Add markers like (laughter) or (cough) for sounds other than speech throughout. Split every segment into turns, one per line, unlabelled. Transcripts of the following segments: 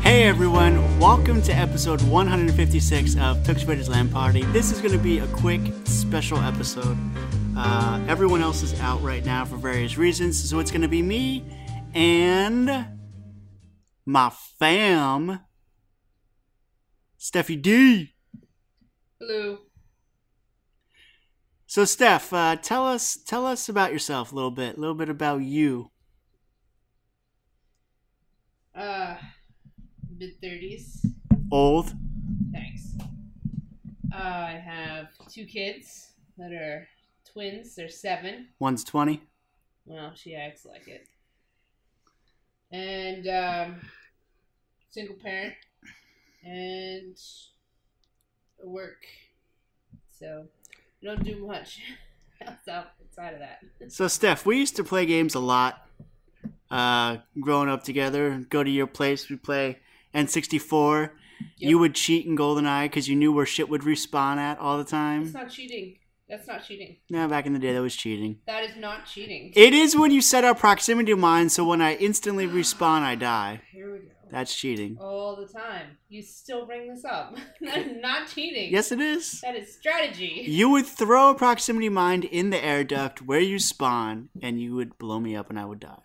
Hey everyone, welcome to episode 156 of Pixelated Land Party. This is going to be a quick special episode. Uh, everyone else is out right now for various reasons, so it's going to be me and my fam, Steffi D.
Hello.
So Steph, uh, tell us tell us about yourself a little bit, a little bit about you.
Uh, mid thirties.
Old,
Thanks. Uh, I have two kids that are twins. They're seven.
one's 20.
Well, she acts like it. And um, single parent. And I work. So I don't do much (laughs) else outside of that.
So, Steph, we used to play games a lot uh, growing up together. Go to your place, we play N64. You
Yep.
would cheat in GoldenEye because you knew where shit would respawn at all the
That's
time.
not cheating. That's not cheating.
Nah, back in the day, that was cheating.
That is not cheating.
It is when you set up proximity to mine, so when I instantly respawn, I die.
Here we go.
That's cheating.
all the time. You still bring this up. (laughs) That is not cheating.
Yes, it is.
That is strategy.
You would throw a proximity mine in the air duct where you spawn, and you would blow me up, and I would die.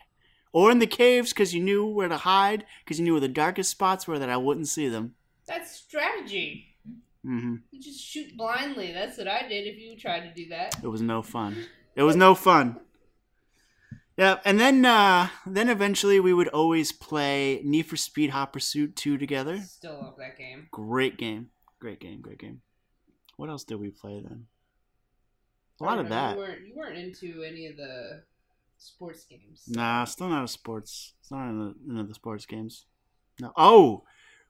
Or in the caves because you knew where to hide, because you knew where the darkest spots were that I wouldn't see them.
That's strategy.
hmm
You just shoot blindly. That's what I did if you tried to do that.
It was no fun. It was no fun. Yeah, and then uh, then eventually we would always play Need for Speed Hot Pursuit 2 together.
Still love that game.
Great game. Great game, great game. What else did we play then? A lot of
I remember
that.
You weren't, you weren't into any of the sports games.
Nah, still not a sports. It's not in the, in the sports games. No. Oh,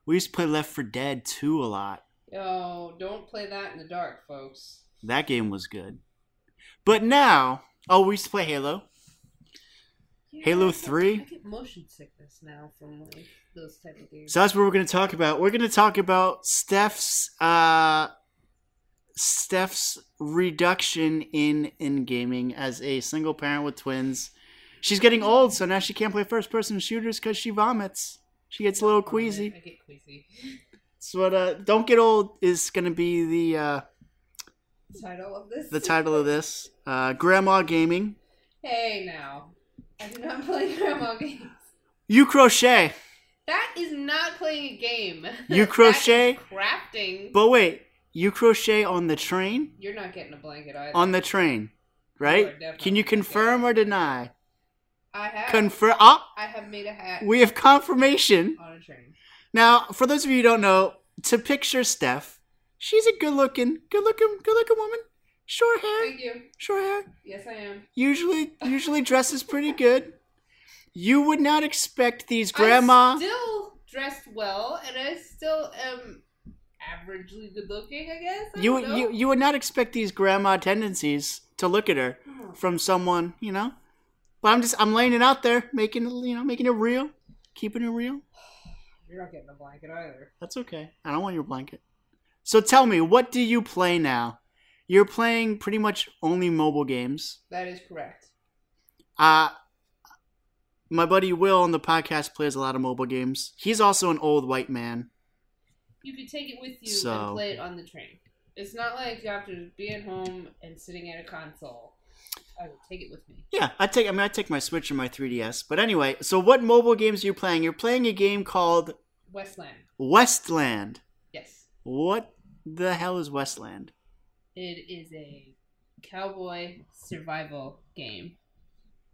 we used to play Left for Dead 2 a lot.
Oh, don't play that in the dark, folks.
That game was good. But now, oh, we used to play Halo.
Yeah,
Halo
I get-
3?
I get motion sickness now from like those type of games.
So that's what we're going to talk about. We're going to talk about Steph's uh, Steph's reduction in in gaming as a single parent with twins. She's getting old, so now she can't play first person shooters because she vomits. She gets a little queasy.
I get queasy. (laughs)
So what? Uh, Don't get old is going to be the uh,
Title of this.
the title of this. Uh, Grandma gaming.
Hey, now. I do not (laughs) play grandma games.
You crochet,
That is not playing a game.
You
(laughs) That
crochet?
is crafting.
but wait, you crochet on the train.
You're not getting a blanket either.
On the train,
You are
right?
definitely
Can you
not getting
confirm or deny?
I have.
Confirm. Ah,
I have made a hat
We have confirmation.
on a train.
Now, for those of you who don't know, to picture Steph, she's a good looking, good looking, good looking woman. Short hair,
Thank you.
short hair.
Yes, I am.
Usually, usually dresses pretty good. You would not expect these
I'm
grandma.
still dressed well, and I still am averagely good looking. I guess. I
You,
don't know.
you you would not expect these grandma tendencies to look at her
Oh,
from someone, you know. But I'm just I'm laying it out there, making it you know making it real, keeping it real.
You're not getting a blanket either.
That's okay. I don't want your blanket. So tell me, what do you play now? You're playing pretty much only mobile games.
That is correct.
Uh my buddy Will on the podcast plays a lot of mobile games. He's also an old white man.
You can take it with you
So-
and play it on the train. It's not like you have to be at home and sitting at a console. I would take it with me.
Yeah, I take I mean I take my Switch and my 3DS. But anyway, so what mobile games are you playing? You're playing a game called
Westland.
Westland.
Yes.
What the hell is Westland?
It is a cowboy survival game.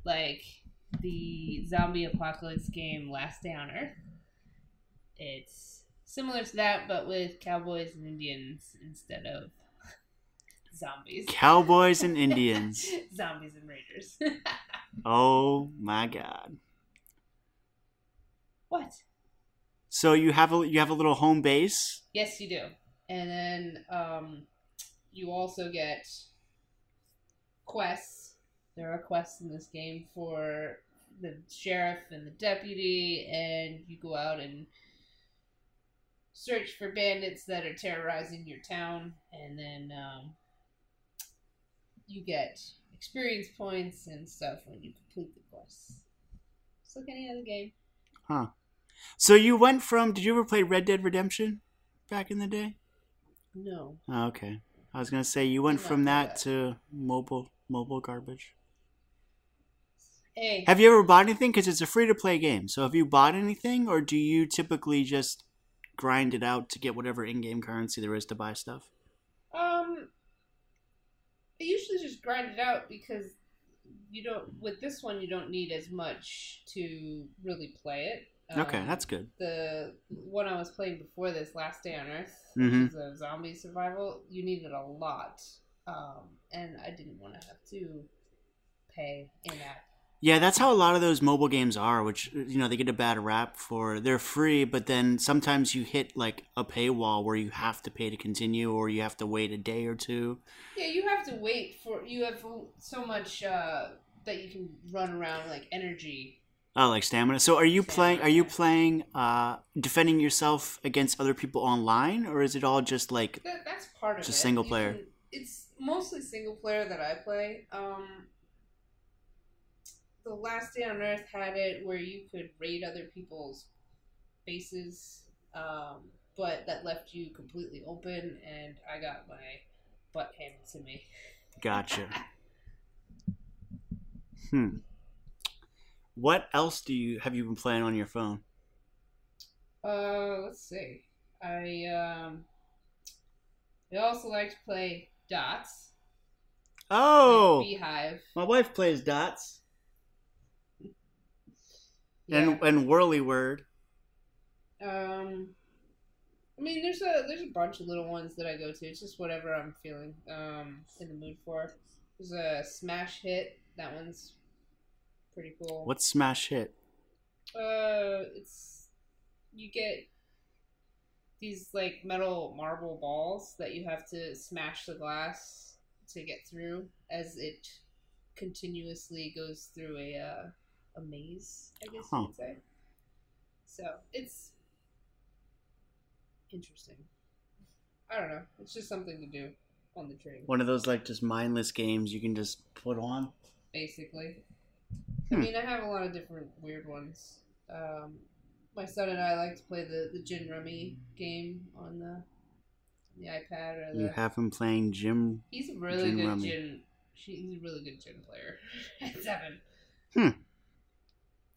Like the zombie apocalypse game Last Day on Earth. It's similar to that, but with cowboys and Indians instead of (laughs) zombies.
Cowboys and Indians.
(laughs) zombies and raiders. (laughs)
Oh my god.
what?
So you have a you have a little home base
Yes, you do. And then um, you also get quests. There are quests in this game for the sheriff and the deputy, and you go out and search for bandits that are terrorizing your town, and then um, you get experience points and stuff when you complete the quests. Just like any other game.
So you went from did you ever play Red Dead Redemption back in the day?
No.
Oh, okay. I was gonna say you went
No,
from that
but-
to mobile mobile garbage.
Hey,
Have you ever bought anything? Because it's a free to play game. So have you bought anything, or do you typically just grind it out to get whatever in game currency there is to buy stuff?
um, I usually just grind it out because you don't. With this one, you don't need as much to really play it.
okay,
Um,
that's good.
the one I was playing before this, Last Day on Earth,
Mhm.
which is a zombie survival, you needed a lot. Um, and I didn't want to have to pay in app.
Yeah, that's how a lot of those mobile games are, which uh, you know they get a bad rap for they're free, but then sometimes you hit like a paywall where you have to pay to continue, or you have to wait a day or two.
Yeah, you have to wait for. You have so much uh, that you can run around like energy.
Oh, like stamina. So are you playing?
Stamina,
Are you
yeah.
playing uh defending yourself against other people online, or is it all just like
That, that's part of
Just
it.
single
You
player.
can- it's mostly single player that I play. Um, the Last Day on Earth had it where you could raid other people's bases, um, but that left you completely open, and I got my butt handed to me. (laughs)
gotcha? hmm. What else do you have you been playing on your phone?
Uh, let's see. I um, I also like to play dots. like
Oh,
beehive.
my wife plays dots
Yeah.
and and whirly word.
Um, I mean, there's a there's a bunch of little ones that I go to. It's just whatever I'm feeling um in the mood for. There's a smash hit. That one's pretty cool.
What's smash hit?
Uh, it's you get these like metal marble balls that you have to smash the glass to get through as it continuously goes through a uh, a maze, I guess
Huh.
you could say. So it's interesting. I don't know. It's just something to do on the train,
One of those like just mindless games you can just put on.
basically. I
Hmm.
mean, I have a lot of different weird ones. Um, my son and I like to play the, the gin rummy game on the, the iPad or the.
You have him playing gym.
he's a really
Gin
good
rummy.
gin. She, he's a really good gin player. (laughs) At seven.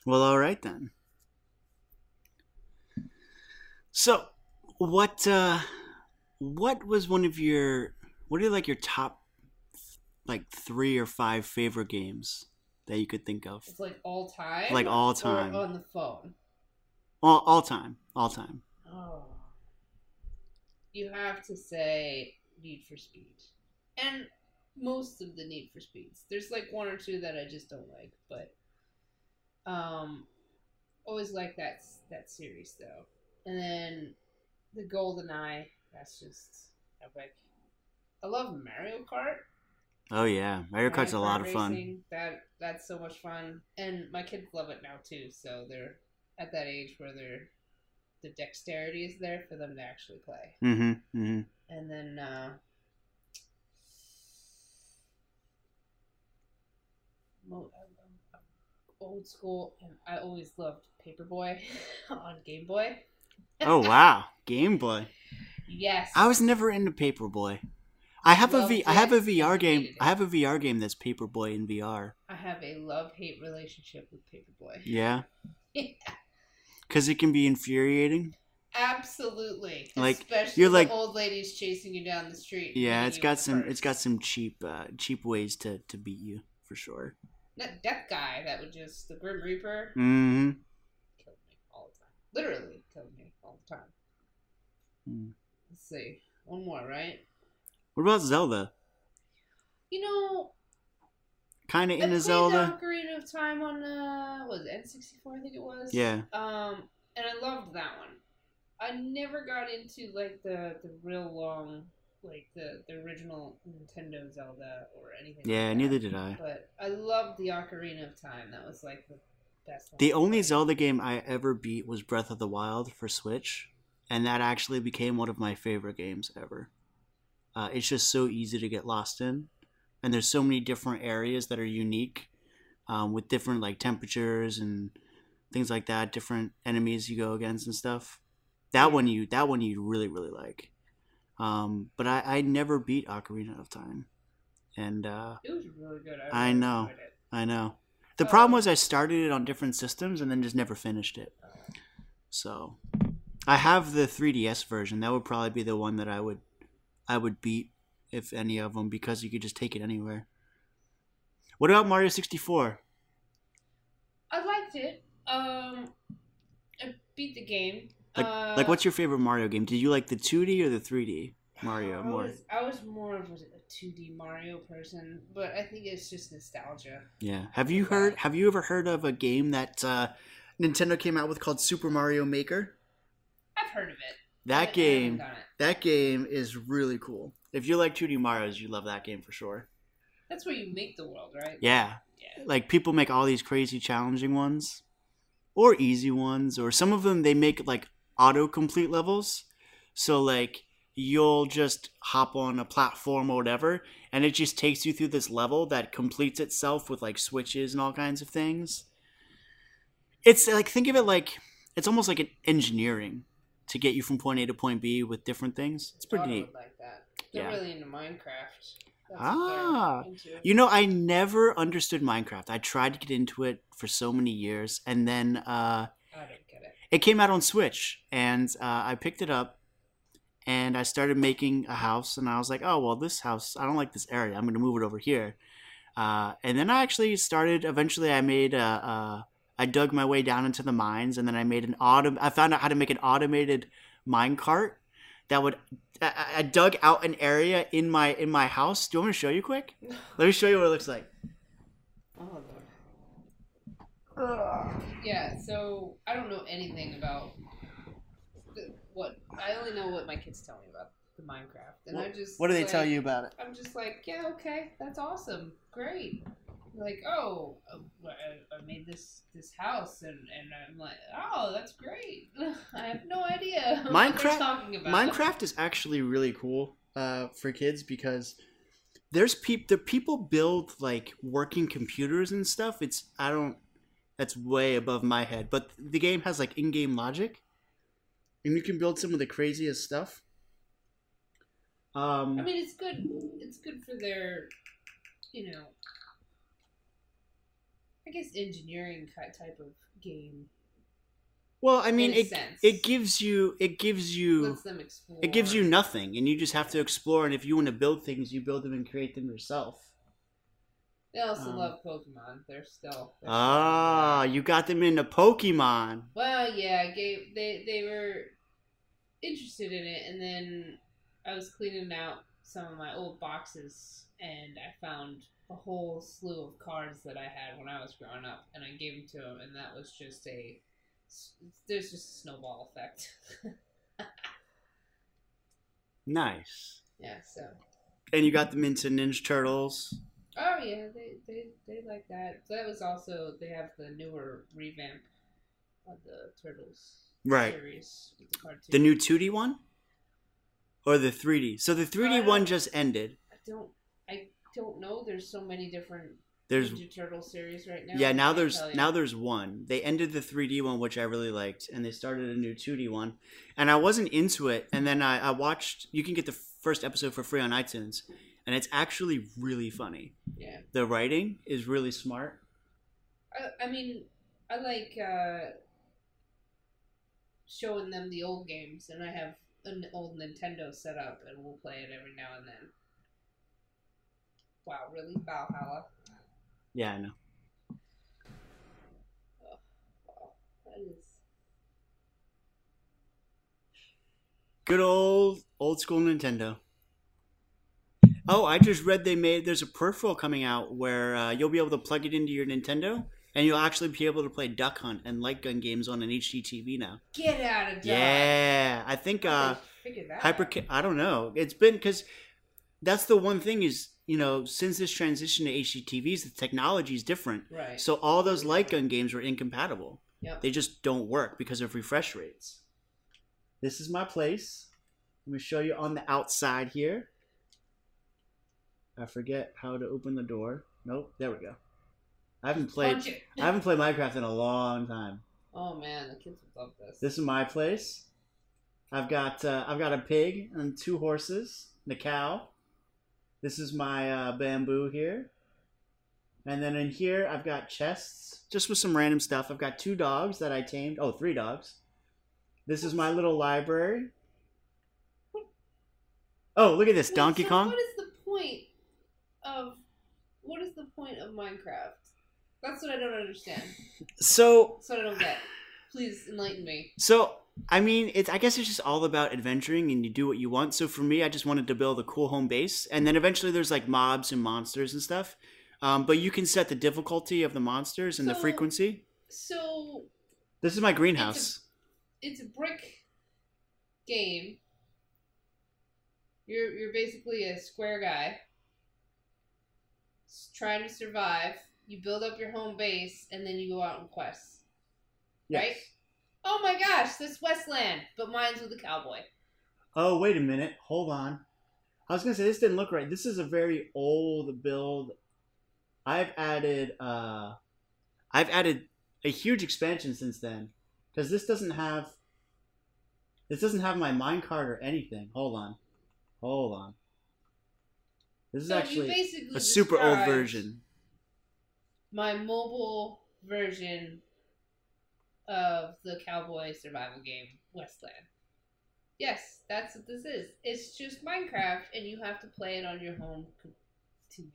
Well, all right then. So, what uh what was one of your what are like your top like 3 or 5 favorite games that you could think of?
It's like all time.
Like all
or
time.
on the phone.
All, all time, all time.
Oh. You have to say Need for Speed. And most of the Need for Speeds. There's like one or two that I just don't like, but um always like that that series though. And then the Golden Eye, that's just epic. I love Mario Kart.
Oh yeah, Mario Kart's a lot of fun.
racing, That that's so much fun, and my kids love it now too. So they're at that age where they're the dexterity is there for them to actually play.
Mhm. Mhm.
And then uh, mo- um, old school, and I always loved Paperboy (laughs) on Game Boy.
Oh wow, Game Boy.
Yes,
I was never into Paperboy. I have a
Loved
V. I have a
it.
VR game.
Hated it.
I have a VR game that's Paperboy in VR.
I have a love hate relationship with Paperboy. (laughs)
Yeah. Because it can be infuriating.
Absolutely.
Like,
Especially
you're
you're
like-
like old ladies chasing you down the street. and
Yeah,
hitting
it's
you
got
with
some.
cars.
It's got some cheap, uh, cheap ways to to beat you for sure.
that death guy that would just the Grim Reaper
hmm
killed me all the time. Literally killed me all the time.
Hmm.
Let's see. One more, right?
What about Zelda?
You know,
Kind of
I
into
played
Zelda.
the Ocarina of Time on uh what was N sixty four I think it was.
Yeah.
Um and I loved that one. I never got into like the the real long like the, the original Nintendo Zelda or anything.
Yeah,
like
neither
that.
did I.
But I loved the Ocarina of Time. That was like the best. one
The
I
only
played.
Zelda game I ever beat was Breath of the Wild for Switch, and that actually became one of my favorite games ever. Uh, it's just so easy to get lost in, and there's so many different areas that are unique, um, with different like temperatures and things like that, different enemies you go against and stuff. That one you that one you really really like. Um, but I, I never beat Ocarina of Time, and uh,
It was really good.
I
really
know.
enjoyed it.
I know. The
Oh.
problem was I started it on different systems and then just never finished it. So I have the 3DS version. That would probably be the one that I would I would beat if any of them because you could just take it anywhere. What about Mario 64?
I liked it. Um, I beat the game. uh,
Like what's your favorite Mario game? Did you like the 2D or the 3D Mario
I
more?
Was, I was more of a two D Mario person, but I think it's just nostalgia.
Yeah. Have you heard have you ever heard of a game that uh, Nintendo came out with called Super Mario Maker?
I've heard of it.
That
but I haven't
game
done it.
That game is really cool. If you like 2D Mario's, you love that game for sure.
That's where you make the world, right?
Yeah.
Yeah.
Like people make all these crazy challenging ones or easy ones or some of them they make like autocomplete levels. So like you'll just hop on a platform or whatever and it just takes you through this level that completes itself with like switches and all kinds of things. It's like think of it like it's almost like an engineering to get you from point A to point B with different things. It's pretty
Thought I
neat.
would Like that. They're
Yeah.
really into Minecraft. That's what they're
Ah.
into.
You know, I never understood Minecraft. I tried to get into it for so many years, and then uh,
I don't get it.
it came out on Switch, and uh, I picked it up, and I started making a house, and I was like, oh well, this house, I don't like this area. I'm gonna move it over here, uh, and then I actually started. Eventually, I made a. a I dug my way down into the mines, and then I made an autom- I found out how to make an automated mine cart that would. I- I, I dug out an area in my in my house. Do you want me to show you quick? Let me show you what it looks like.
Oh lord. Yeah, so I don't know anything about the, what I only know what my kids tell me about the Minecraft, and I just
What do they
like-
tell you about it?
I'm just like, yeah, okay, that's awesome, great. Like, oh, I, I made this this house, and, and I'm like, oh, that's great. (laughs) I have no idea (laughs) what
Minecraft-
they're talking about.
Minecraft is actually really cool uh, for kids because there's peop the people build like working computers and stuff. It's I don't that's way above my head, but the game has like in-game logic, and you can build some of the craziest stuff. Um,
I mean, it's good. It's good for their, you know, I guess engineering ki- type of game.
well, I mean
in a
it,
sense.
it gives you it gives you
lets them explore.
It gives you nothing, and you just have to explore. And if you want to build things, you build them and create them yourself.
They also
um,
love Pokemon. They're still. they're
Ah,
still-
you got them into Pokemon.
Well, yeah, gave they they were interested in it, and then I was cleaning out some of my old boxes, and I found a whole slew of cards that I had when I was growing up, and I gave them to them, and that was just a s- there's just a snowball effect. (laughs)
Nice.
yeah, so
And you got them into Ninja Turtles.
oh yeah, they they they like that. That was also they have the newer revamp of the turtles
Right.
series, with the cartoon.
The new 2D one? Or the 3D? So the 3D
Uh,
one just ended.
I don't I don't know. There's so many different
There's
Ninja Turtle series right now.
yeah, now
I can't
there's
tell you.
now there's one. They ended the 3D one which I really liked and they started a new 2D one. And I wasn't into it and then I, I watched you can get the first episode for free on iTunes and it's actually really funny.
yeah.
The writing is really smart.
I, I mean, I like uh, showing them the old games, and I have an old Nintendo set up, and we'll play it every now and then. Wow, really, Valhalla?
Yeah, I know.
Wow, that is.
Good old old school Nintendo. Oh, I just read they made there's a peripheral coming out where uh, you'll be able to plug it into your Nintendo and you'll actually be able to play Duck Hunt and Light Gun games on an HDTV now.
Get out of Dodge.
Yeah, I think uh,
How did they figure that
Hyper.
out?
I don't know. It's been because that's the one thing is you know since this transition to HDTVs, the technology is different.
Right.
So all those light gun games were incompatible.
Yep.
They just don't work because of refresh rates. This is my place. Let me show you on the outside here. I forget how to open the door. Nope, there we go. I haven't played
Punch it.
I haven't played Minecraft in a long time.
Oh man, the kids would love this.
This is my place. I've got uh, I've got a pig and two horses and a cow. This is my uh, bamboo here. And then in here I've got chests just with some random stuff. I've got two dogs that I tamed. Oh, three dogs. This is my little library. Oh, look at this
Wait,
Donkey
so
Kong.
What is the point of what is the point of Minecraft? That's what I don't understand.
So
That's what I don't get. Please enlighten me.
So I mean, it's I guess it's just all about adventuring and you do what you want. So for me, I just wanted to build a cool home base, and then eventually there's like mobs and monsters and stuff. Um, but you can set the difficulty of the monsters and the
So-
frequency.
So
This is my greenhouse.
it's a brick game. You're you're basically a square guy s- trying to survive. You build up your home base and then you go out on quests. right? Oh my gosh, this Westland, but mine's with a cowboy.
Oh wait a minute, hold on. I was gonna say this didn't look right. This is a very old build. I've added uh, I've added a huge expansion since then because this doesn't have this doesn't have my minecart or anything. Hold on, hold on. This is
So you
actually
basically
a super old
described
version.
My mobile version of the cowboy survival game Westland. Yes, that's what this is. It's just Minecraft, and you have to play it on your home co- TV.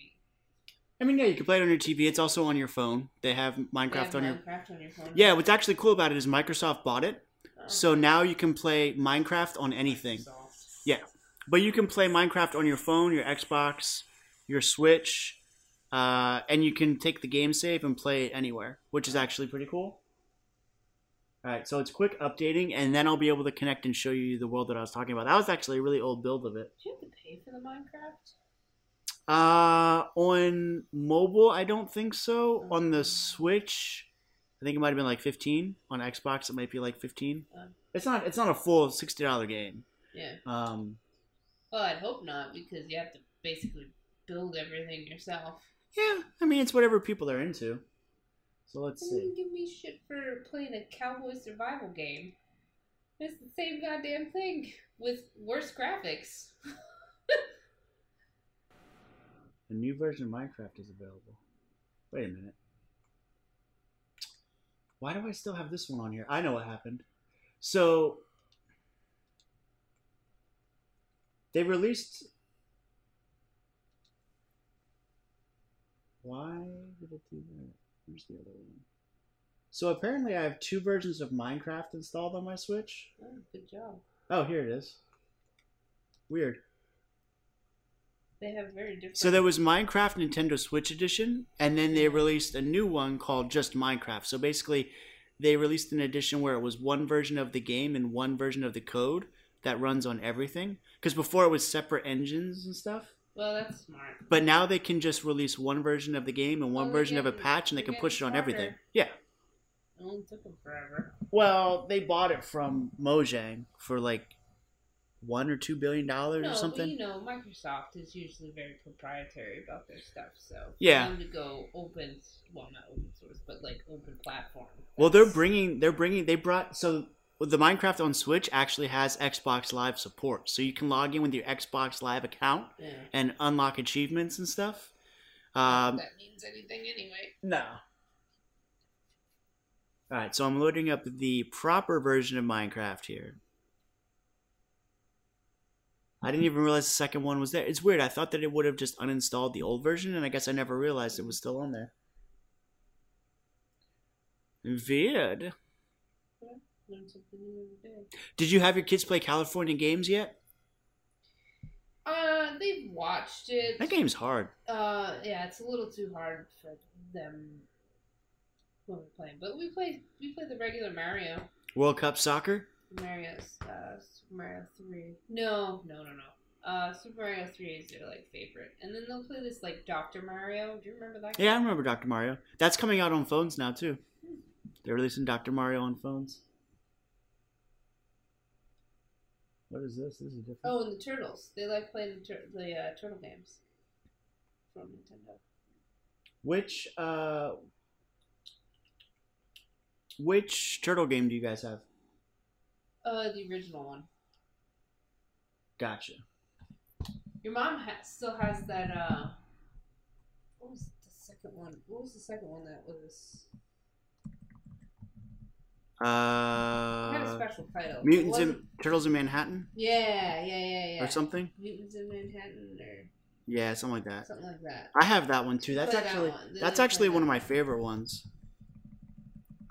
I mean, yeah, you can play it on your TV. It's also on your phone. They have
They have
Minecraft on your
Minecraft on your phone.
yeah. What's actually cool about it is Microsoft bought it,
Oh.
so now you can play Minecraft on anything.
Microsoft.
Yeah. But you can play Minecraft on your phone, your Xbox, your Switch, uh, and you can take the game save and play it anywhere, which is actually pretty cool. All right, so it's quick updating, and then I'll be able to connect and show you the world that I was talking about. That was actually a really old build of it.
Do you have to pay for the Minecraft?
Uh, on mobile, I don't think so. On the Switch, I think it might have been like fifteen. On Xbox, it might be like fifteen.
Oh.
It's not. It's not a full sixty dollar game.
Yeah.
Um,
Well, I'd hope not because you have to basically build everything yourself.
Yeah, I mean it's whatever people are into. So let's
And then
see.
you give me shit for playing a cowboy survival game. It's the same goddamn thing with worse graphics.
A new version of Minecraft is available. Wait a minute. Why do I still have this one on here? I know what happened. So they released Why did it do that? Where's the other one? So apparently I have two versions of Minecraft installed on my Switch.
Oh, good job.
Oh, here it is. Weird.
They have very different.
So there was Minecraft Nintendo Switch edition, and then they released a new one called just Minecraft. So basically, they released an edition where it was one version of the game and one version of the code that runs on everything. Because before it was separate engines and stuff,
Well, that's smart.
but now they can just release one version of the game and one
Well, they're
version of a
getting-
patch, and they
Oh, they're
can push it
getting
on everything.
smarter.
Yeah.
It only took them forever.
Well, they bought it from Mojang for like one or two billion dollars
No,
or
but
something.
you know, Microsoft is usually very proprietary about their stuff, so for
Yeah.
them to go open, well, not open source, but like open platform.
Well, they're
that's-
bringing they're bringing they brought so the Minecraft on Switch actually has Xbox Live support, so you can log in with your Xbox Live account
Yeah.
and unlock achievements and stuff.
Not
Um,
that means anything anyway.
no. All right, so I'm loading up the proper version of Minecraft here. I didn't even realize the second one was there. It's weird. I thought that it would have just uninstalled the old version, and I guess I never realized it was still on there. Weird.
Learn something new every day.
Did you have your kids play California games yet?
Uh, they've watched it.
That game's hard.
Uh, yeah, it's a little too hard for them when we're playing, but we play we play the regular Mario,
World Cup soccer?
Mario's uh, Super Mario Three. No, no, no, no. Uh, Super Mario Three is their like favorite, and then they'll play this like Doctor Mario. Do you remember that?
Yeah, I remember Dr. Mario. That's coming out on phones now too. They're releasing Dr. Mario on phones. What is this? This is different.
Oh, and the Turtles. They like playing the, tur- the uh, Turtle games from Nintendo.
Which uh Which turtle game do you guys have?
Uh, the original one.
Gotcha.
Your mom ha- still has that. Uh, what was the second one? What was the second one that was? It had a
Uh,
special title.
Mutants
It
in
wasn't-
Turtles in Manhattan
Yeah, yeah, yeah, yeah.
or something?
Mutants in Manhattan or
Yeah, something like that.
something like that.
I have that one too. That's
Play that
actually
one.
that's
Play
actually
that
one of my favorite ones.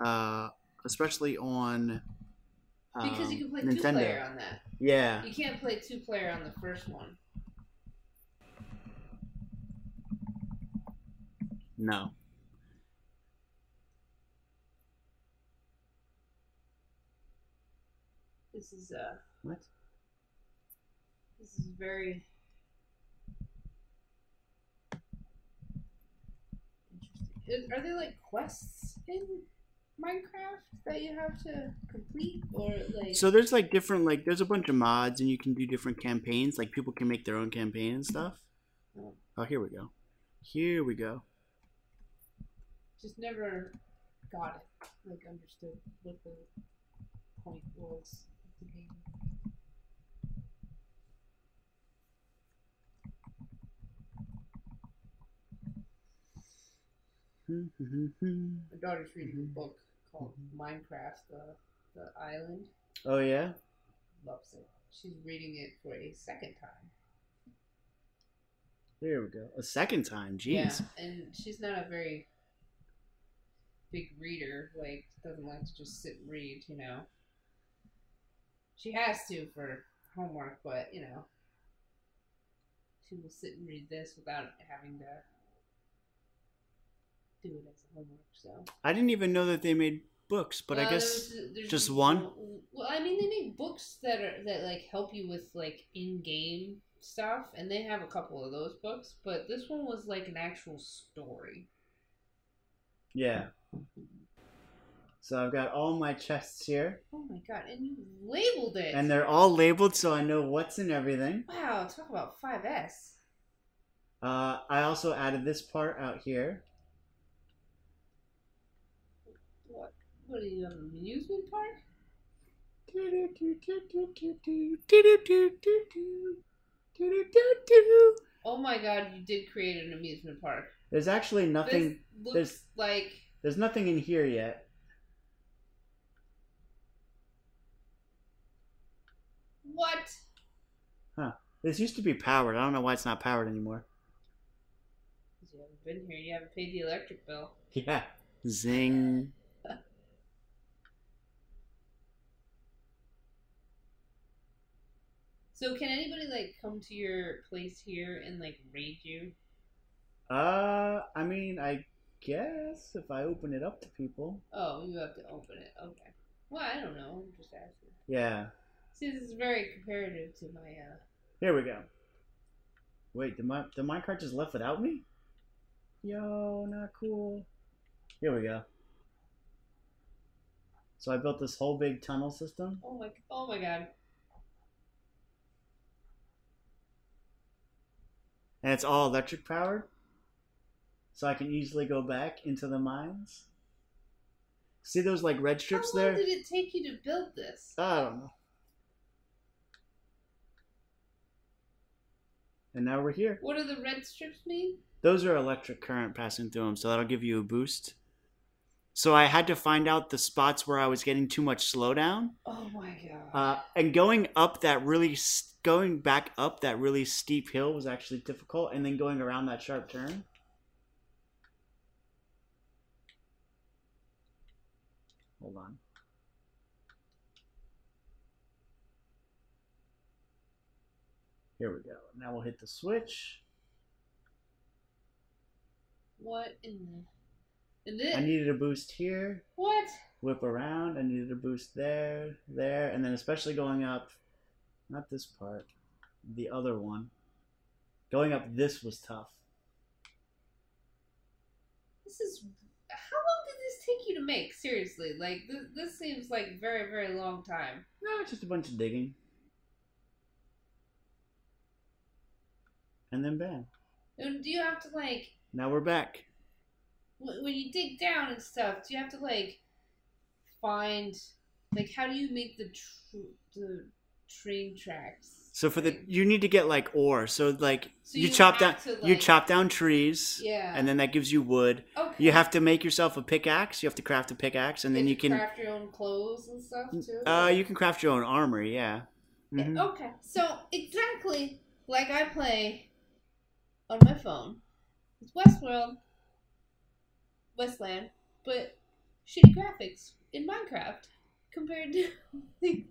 Uh, especially on um,
Because you can play two
Nintendo.
player on that.
Yeah,
You can't play two player on the first one.
no.
This is uh
What?
this is very interesting. Is- Are there like quests in Minecraft that you have to complete or like
So there's like different like there's a bunch of mods and you can do different campaigns. Like people can make their own campaign and stuff.
Mm.
Oh, here we go. Here we go. (laughs)
just never got it like understood what the point was of the game. My daughter's reading a book called Minecraft: The The Island.
Oh yeah.
Loves it. She's reading it for a second time.
There we go. A second time.
Yeah,
Jeez.
and she's not a very big reader. Like, doesn't like to just sit and read. You know, she has to for homework, but you know, she will sit and read this without having to do it as homework. So,
I didn't even know that they made books, but
Uh,
I guess
there's- there's
just one?
w- Well, I mean, they make books that are that like help you with like in-game stuff, and they have a couple of those books. But this one was like an actual story.
yeah. So I've got all my chests here,
Oh my god! And you labeled it.
and they're all labeled, so I know what's in everything.
wow, talk about 5S.
Uh, I also added this part out here.
What? What are you an amusement park? Oh my god! You did create an amusement park.
There's actually nothing.
This looks
there's-
like
There's nothing in here yet.
what?
This used to be powered. I don't know why it's not powered anymore. (laughs)
You haven't been here. You haven't paid the electric bill.
Yeah. Zing.
So can anybody like come to your place here and like raid you?
Uh, I mean, I guess if I open it up to people.
Oh, you have to open it. Okay. Well, I don't know. I'm just asking.
Yeah.
See, this is very comparative to my. uh
Here we go. Wait, did my did minecart just left without me? Yo, not cool. Here we go. So I built this whole big tunnel system.
Oh my! Oh my God!
And it's all electric powered. So I can easily go back into the mines. See those like red
How
strips
long
there? Uh,
did it take you to build this?
I don't know. And now we're here.
What do the red strips mean?
Those are electric current passing through them, so that'll give you a boost. So I had to find out the spots where I was getting too much slowdown.
Oh my God!
Uh, and going up that really, s- going back up that really steep hill was actually difficult, and then going around that sharp turn. Hold on. Here we go. Now we'll hit the switch.
what in the? And
I
then
needed a boost here.
what?
whip around. I needed a boost there, there, and then especially going up, not this part, the other one. Going up this was tough.
This is. How long did this take you to make? Seriously, like this. This seems like very, very long time.
No, it's just a bunch of digging. And then bam.
And do you have to like
Now we're back.
Wh- when you dig down and stuff, do you have to like find like how do you make the tr- the train tracks?
So for the
right?
you need to get like ore. So like
So
you,
you
chop down
have to,
you
like-
chop down trees,
yeah,
and then that gives you wood.
okay.
You have to make yourself a pickaxe. You have to craft a pickaxe, and then you can
craft your own clothes and stuff too.
uh you can craft your own armor. Yeah. Mhm.
Okay, so exactly like I play on my phone, it's Westworld, Westland, but shitty graphics in Minecraft compared to (laughs) the,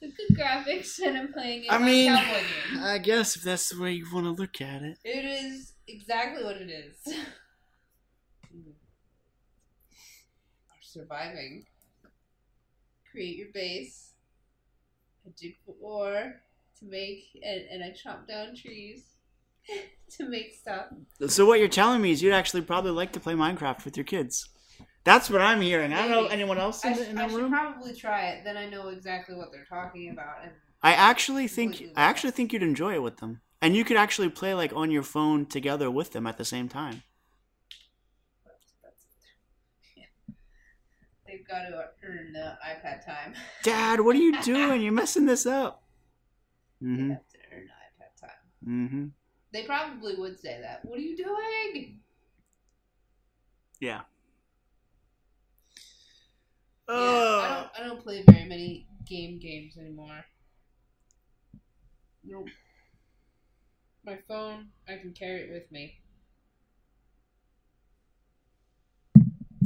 the good graphics that I'm playing in
I
my
mean,
cowboy
(laughs)
game.
I guess if that's the way you want to look at it.
It is exactly what it is. (laughs) We're surviving. Create your base. I dig for ore to make, and, and I chop down trees (laughs) to make stuff.
So what you're telling me is you'd actually probably like to play Minecraft with your kids. That's what I'm hearing. I don't know
Maybe.
anyone else in,
I,
the,
sh-
in
I
that
should
room.
probably try it. Then I know exactly what they're talking about. And
I actually think
Completely
I actually think you'd enjoy it with them, and you could actually play like on your phone together with them at the same time.
that's, (laughs) they've got to earn the iPad time. (laughs)
Dad, what are you doing? You're messing this up.
They
Mm-hmm.
have to earn the iPad time.
Mm-hmm.
They probably would say that. What are you doing?
Yeah.
Yeah,
Oh.
I don't I don't play very many game games anymore. Nope. My phone, I can carry it with me.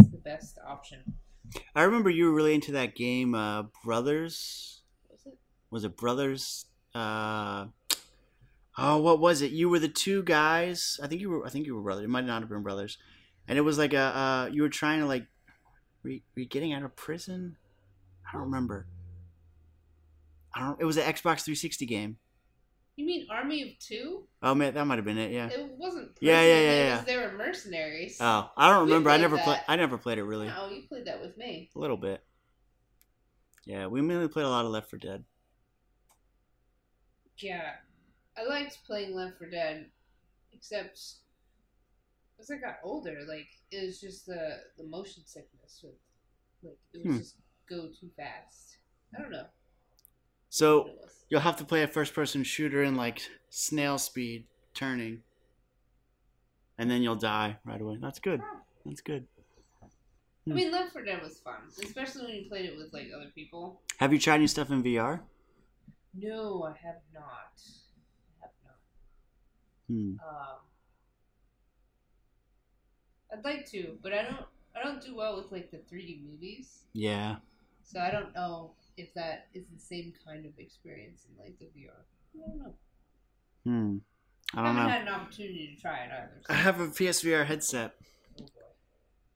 It's the best option.
I remember you were really into that game, uh, Brothers.
What was it?
Was it Brothers? Uh, oh, what was it? You were the two guys. I think you were. I think you were brothers. It might not have been brothers. And it was like a. Uh, you were trying to like. Were you, were you getting out of prison? I don't remember. I don't. It was an Xbox 360 game.
You mean Army of Two?
Oh man, that might have been it. Yeah.
It wasn't.
Yeah, yeah,
prisoners,
yeah,
it
yeah.
was- They were mercenaries.
Oh, I don't
We
remember. I
played
never played.
that.
I never played it really.
No, you played that with me.
A little bit. Yeah, we mainly played a lot of Left for Dead.
Yeah, I liked playing Left 4 Dead, except as I got older, like it was just the the motion sickness with like it was
Hmm.
just go too fast. I don't know.
So
what it was.
you'll have to play a first-person shooter in like snail speed, turning, and then you'll die right away. That's good. That's good.
I
Hmm.
mean, Left 4 Dead was fun, especially when you played it with like other people.
Have you tried new stuff in VR?
No, I have not. I have not.
Hmm.
Um, I'd like to, but I don't. I don't do well with like the 3D movies.
Yeah.
So I don't know if that is the same kind of experience in like the VR. I don't know.
Hmm. I
I,
don't
haven't
know.
had an opportunity to try it either. so-
I have a PSVR headset.
Oh, boy.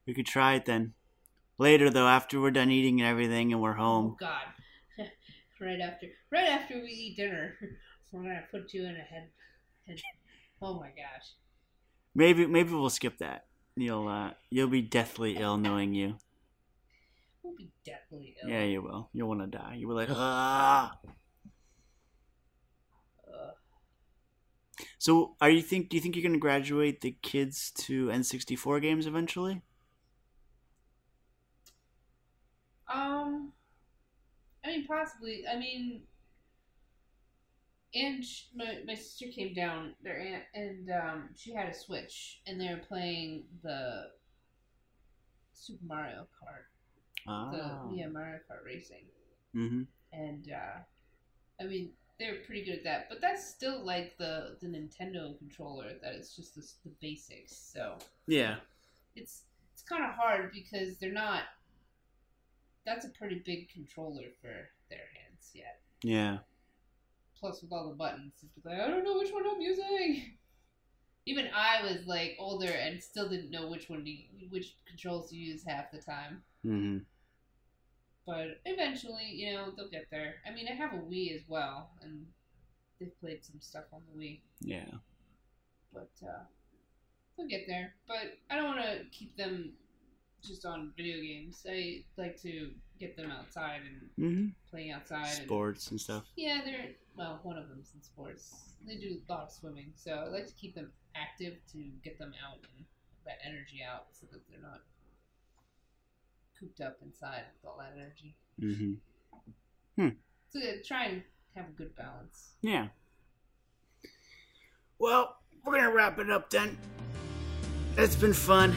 We could try it then. Later though, after we're done eating and everything, and we're
Oh
home.
God! (laughs) right after, right after we eat dinner, (laughs) we're gonna put you in a head. head oh my gosh!
Maybe maybe we'll skip that. You'll uh, you'll be deathly ill knowing you.
We'll be deathly ill.
Yeah, you will. You'll want to die. You were like, ah.
Ugh.
So, are you think? Do you think you're gonna graduate the kids to N64 games eventually?
Um, I mean, possibly. I mean, and sh- my my sister came down their aunt, and um, she had a Switch, and they were playing the Super Mario Kart, the
Ah.
yeah Mario Kart Racing,
hmm
and uh, I mean they're pretty good at that, but that's still like the the Nintendo controller that it's just the, the basics, so
Yeah.
it's it's kind of hard because they're not. That's a pretty big controller for their hands yet.
Yeah.
Plus, with all the buttons, it's just like I don't know which one I'm using. (laughs) Even I was like older and still didn't know which one to, which controls to use half the time.
hmm
But eventually, you know, they'll get there. I mean, I have a Wii as well, and they've played some stuff on the Wii.
Yeah.
but uh, they'll get there. But I don't want to keep them just on video games. I like to get them outside and
hmm
playing outside.
Sports and stuff.
And, yeah, they're well, one of them's in sports. They do a lot of swimming, so I like to keep them active to get them out and that energy out so that they're not cooped up inside with all that energy.
Mm-hmm.
So yeah, try and have a good balance.
Yeah. Well, we're going to wrap it up then. It's been fun.